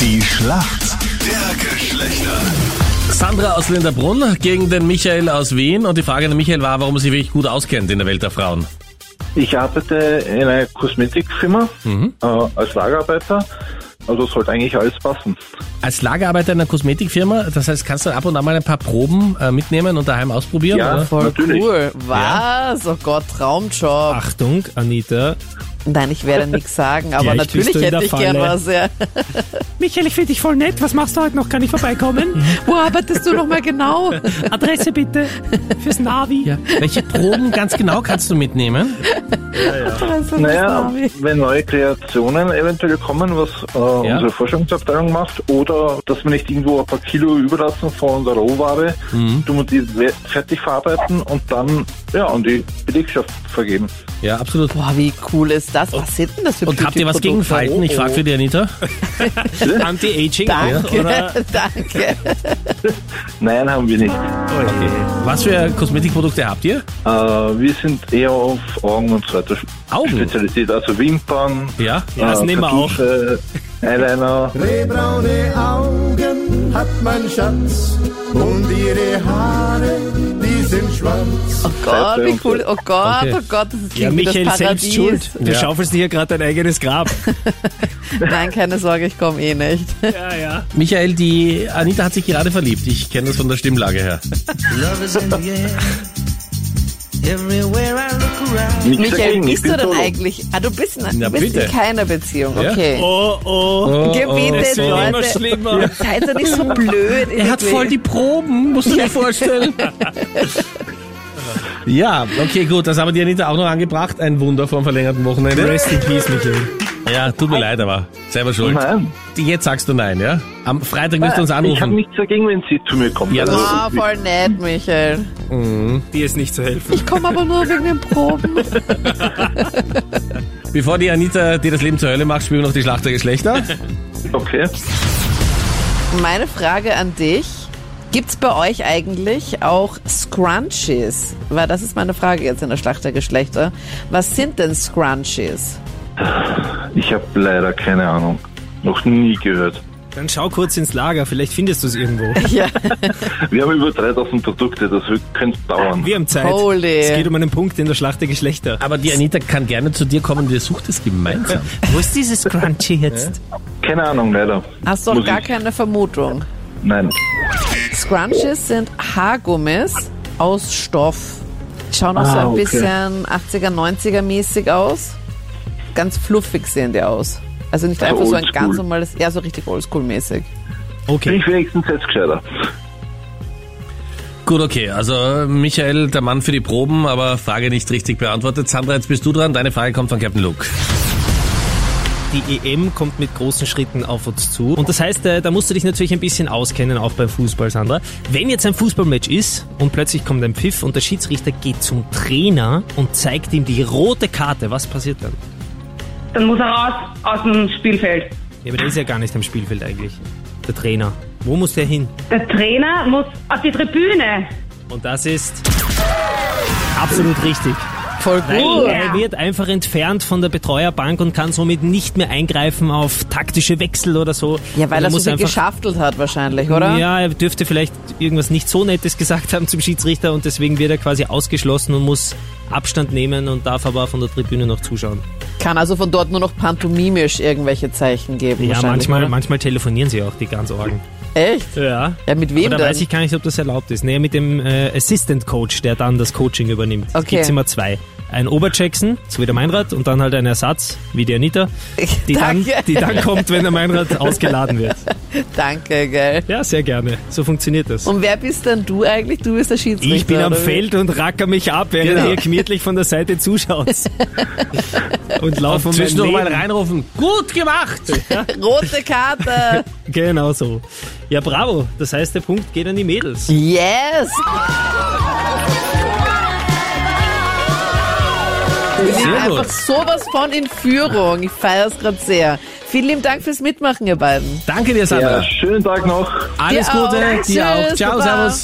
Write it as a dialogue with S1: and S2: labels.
S1: Die Schlacht der Geschlechter.
S2: Sandra aus Linderbrunn gegen den Michael aus Wien. Und die Frage an den Michael war, warum er sich wirklich gut auskennt in der Welt der Frauen.
S3: Ich arbeite in einer Kosmetikfirma
S4: Mhm.
S3: äh, als Lagerarbeiter. Also sollte eigentlich alles passen.
S2: Als Lagerarbeiter in einer Kosmetikfirma, das heißt, kannst du ab und an mal ein paar Proben äh, mitnehmen und daheim ausprobieren?
S3: Ja.
S2: Oder?
S5: Voll
S3: Natürlich.
S5: cool. Was? Oh Gott, Traumjob.
S4: Achtung, Anita.
S5: Nein, ich werde nichts sagen, aber
S4: Gleich
S5: natürlich
S4: bist du in
S5: hätte
S4: der
S5: ich gern
S4: Falle.
S5: was. Ja.
S6: Michael, ich finde dich voll nett. Was machst du heute noch? Kann ich vorbeikommen?
S5: Wo arbeitest du nochmal genau?
S6: Adresse bitte fürs Navi.
S2: Ja. Welche Proben ganz genau kannst du mitnehmen?
S3: Naja, wenn neue Kreationen eventuell kommen, was äh, unsere Forschungsabteilung macht, oder dass wir nicht irgendwo ein paar Kilo überlassen von der Rohware,
S4: Mhm.
S3: du musst die we- fertig verarbeiten und dann ja an die Belegschaft vergeben.
S2: Ja, absolut.
S5: Boah, wie cool ist das? Was sind denn das für
S2: Und habt ihr was
S5: Beauty-Produkte?
S2: gegen Falten? Ich frage für die Anita.
S4: Anti-Aging auch,
S5: Danke,
S4: oder?
S5: danke. Oh
S3: Nein, haben wir nicht.
S2: Was für Kosmetikprodukte habt ihr?
S3: Äh, wir sind eher auf Augen und so weiter
S2: Augen?
S3: spezialisiert, also Wimpern,
S2: Ja.
S3: äh,
S4: das nehmen wir auch.
S3: Kartusche, Eyeliner.
S7: Rehbraune Augen hat mein Schatz und ihre Haare, die sind schwarz.
S5: Oh Gott,
S3: Seite
S5: wie
S3: und
S5: cool. Oh Gott,
S2: Okay.
S5: oh Gott, das klingt
S4: Ja,
S5: wie
S4: Michael,
S5: das Paradies.
S4: selbst schuld. Du
S2: Ja.
S4: schaufelst dir hier gerade dein eigenes Grab.
S5: Nein, keine Sorge, ich komme eh nicht.
S4: ja, ja.
S2: Michael, die Anita hat sich gerade verliebt. Ich kenne das von der Stimmlage her.
S3: Nichts
S5: Michael,
S3: dagegen, ich
S5: bist du
S3: bin
S5: denn
S3: solo.
S5: eigentlich... Ah, du bist, in-
S2: Na,
S5: du bist
S2: bitte.
S5: in keiner Beziehung,
S2: Ja.
S5: okay.
S4: Oh, oh.
S5: Gebetet,
S4: Es wird immer
S5: Leute.
S4: schlimmer.
S5: Seid ihr nicht so blöd.
S2: Er hat voll die Proben, musst du dir vorstellen. ja, okay, gut. Das haben die Anita auch noch angebracht. Ein Wunder vom verlängerten Wochenende.
S4: Rest in peace, Michael.
S2: Ja, tut mir leid, aber selber schuld.
S5: Mhm.
S3: Nein.
S2: Jetzt sagst du nein, ja? Am Freitag wirst du
S5: Ah,
S2: uns
S3: Ich habe
S2: anrufen.
S3: nichts dagegen, wenn sie zu mir Also, kommt.
S2: Ja, das-
S5: Wow, Ah, Oh, voll nett, Michael.
S4: Dir ist nicht zu helfen.
S5: Ich komme aber nur wegen den Proben.
S2: Bevor die Anita dir das Leben zur Hölle macht, spielen wir noch die Schlacht der Geschlechter.
S3: okay.
S5: Meine Frage an dich. Gibt's bei euch eigentlich auch Scrunchies? Weil das ist meine Frage jetzt in der Schlacht der Geschlechter. Was sind denn Scrunchies?
S3: Ich habe leider keine Ahnung. Noch nie gehört.
S4: Dann schau kurz ins Lager, vielleicht findest du es irgendwo.
S5: Ja,
S3: Wir haben über 3000 Produkte, das wird- könnte dauern.
S4: Wir haben Zeit.
S5: Holy.
S4: Es geht um einen Punkt in der Schlacht der Geschlechter.
S2: Aber die Anita kann gerne zu dir kommen, wir suchen es gemeinsam.
S4: Wo ist dieses Crunchy jetzt?
S3: Keine Ahnung, leider.
S5: hast du auch
S3: Muss
S5: gar
S3: ich-
S5: keine Vermutung.
S3: Nein.
S5: Scrunchies sind Haargummis aus Stoff. Schauen auch so
S3: Ah,
S5: ein
S3: okay.
S5: bisschen 80er, 90er mäßig aus. Ganz fluffig sehen die aus. Also nicht
S3: Also
S5: einfach so ein
S3: oldschool.
S5: ganz normales, ja, so richtig oldschool mäßig.
S3: Bin
S4: Okay.
S3: ich wenigstens jetzt gescheiter.
S2: Gut, okay. Also Michael, der Mann für die Proben, aber Frage nicht richtig beantwortet. Sandra, jetzt bist du dran. Deine Frage kommt von Captain Luke.
S4: Die EM kommt mit großen Schritten auf uns zu. Und das heißt, äh, da musst du dich natürlich ein bisschen auskennen, auch beim Fußball, Sandra. Wenn jetzt ein Fußballmatch ist und plötzlich kommt ein Pfiff und der Schiedsrichter geht zum Trainer und zeigt ihm die rote Karte, was passiert dann?
S8: Dann muss er raus aus dem Spielfeld.
S4: Ja, aber der ist ja gar nicht am Spielfeld eigentlich. Der Trainer. Wo muss der hin?
S8: Der Trainer muss auf die Tribüne.
S4: Und das ist absolut richtig.
S5: Voll
S4: Weil
S5: gut.
S4: er wird einfach entfernt von der Betreuerbank und kann somit nicht mehr eingreifen auf taktische Wechsel oder so.
S5: Ja, weil
S4: Und
S5: er so
S4: muss
S5: viel
S4: einfach-
S5: geschaftelt hat wahrscheinlich, oder?
S4: Ja, er dürfte vielleicht irgendwas nicht so Nettes gesagt haben zum Schiedsrichter und deswegen wird er quasi ausgeschlossen und muss Abstand nehmen und darf aber von der Tribüne noch zuschauen.
S5: Kann also von dort nur noch pantomimisch irgendwelche Zeichen geben
S4: Ja,
S5: wahrscheinlich.
S4: manchmal,
S5: oder?
S4: manchmal telefonieren sie auch die ganz Orgen.
S5: Echt?
S4: Ja.
S5: Ja, mit wem
S4: Aber da
S5: denn?
S4: weiß ich gar nicht, ob das erlaubt ist. Naja, mit dem äh, Assistant Coach, der dann das Coaching übernimmt. Es
S5: Okay.
S4: Gibt's immer zwei. Ein Oberjackson, so wie der Meinrad, und dann halt ein Ersatz, wie die Anita, die, dann,
S5: Danke.
S4: die dann kommt, wenn der Meinrad ausgeladen wird.
S5: Danke, gell.
S4: Ja, sehr gerne. So funktioniert das.
S5: Und wer bist denn du eigentlich? Du bist der Schiedsrichter.
S4: Ich bin am
S5: oder wie?
S4: Feld und racker mich ab, während
S2: Genau.
S4: ihr gemütlich von der Seite zuschaut. und laufe um mein
S2: Zwischen noch
S4: Leben.
S2: mal reinrufen. Gut gemacht!
S5: Rote Karte.
S4: Genau so. Ja, bravo. Das heißt, der Punkt geht an die Mädels.
S5: yes. Wir sind
S2: Sehr gut.
S5: einfach sowas von in Führung. Ich feiere es gerade sehr. Vielen lieben Dank fürs Mitmachen, ihr beiden.
S2: Danke dir, Sandra.
S3: Ja, Äh, schönen Tag noch.
S2: Alles
S5: Dir auch.
S2: Gute, dir
S5: Tschüss,
S2: auch. Ciao,
S5: Baba.
S2: servus.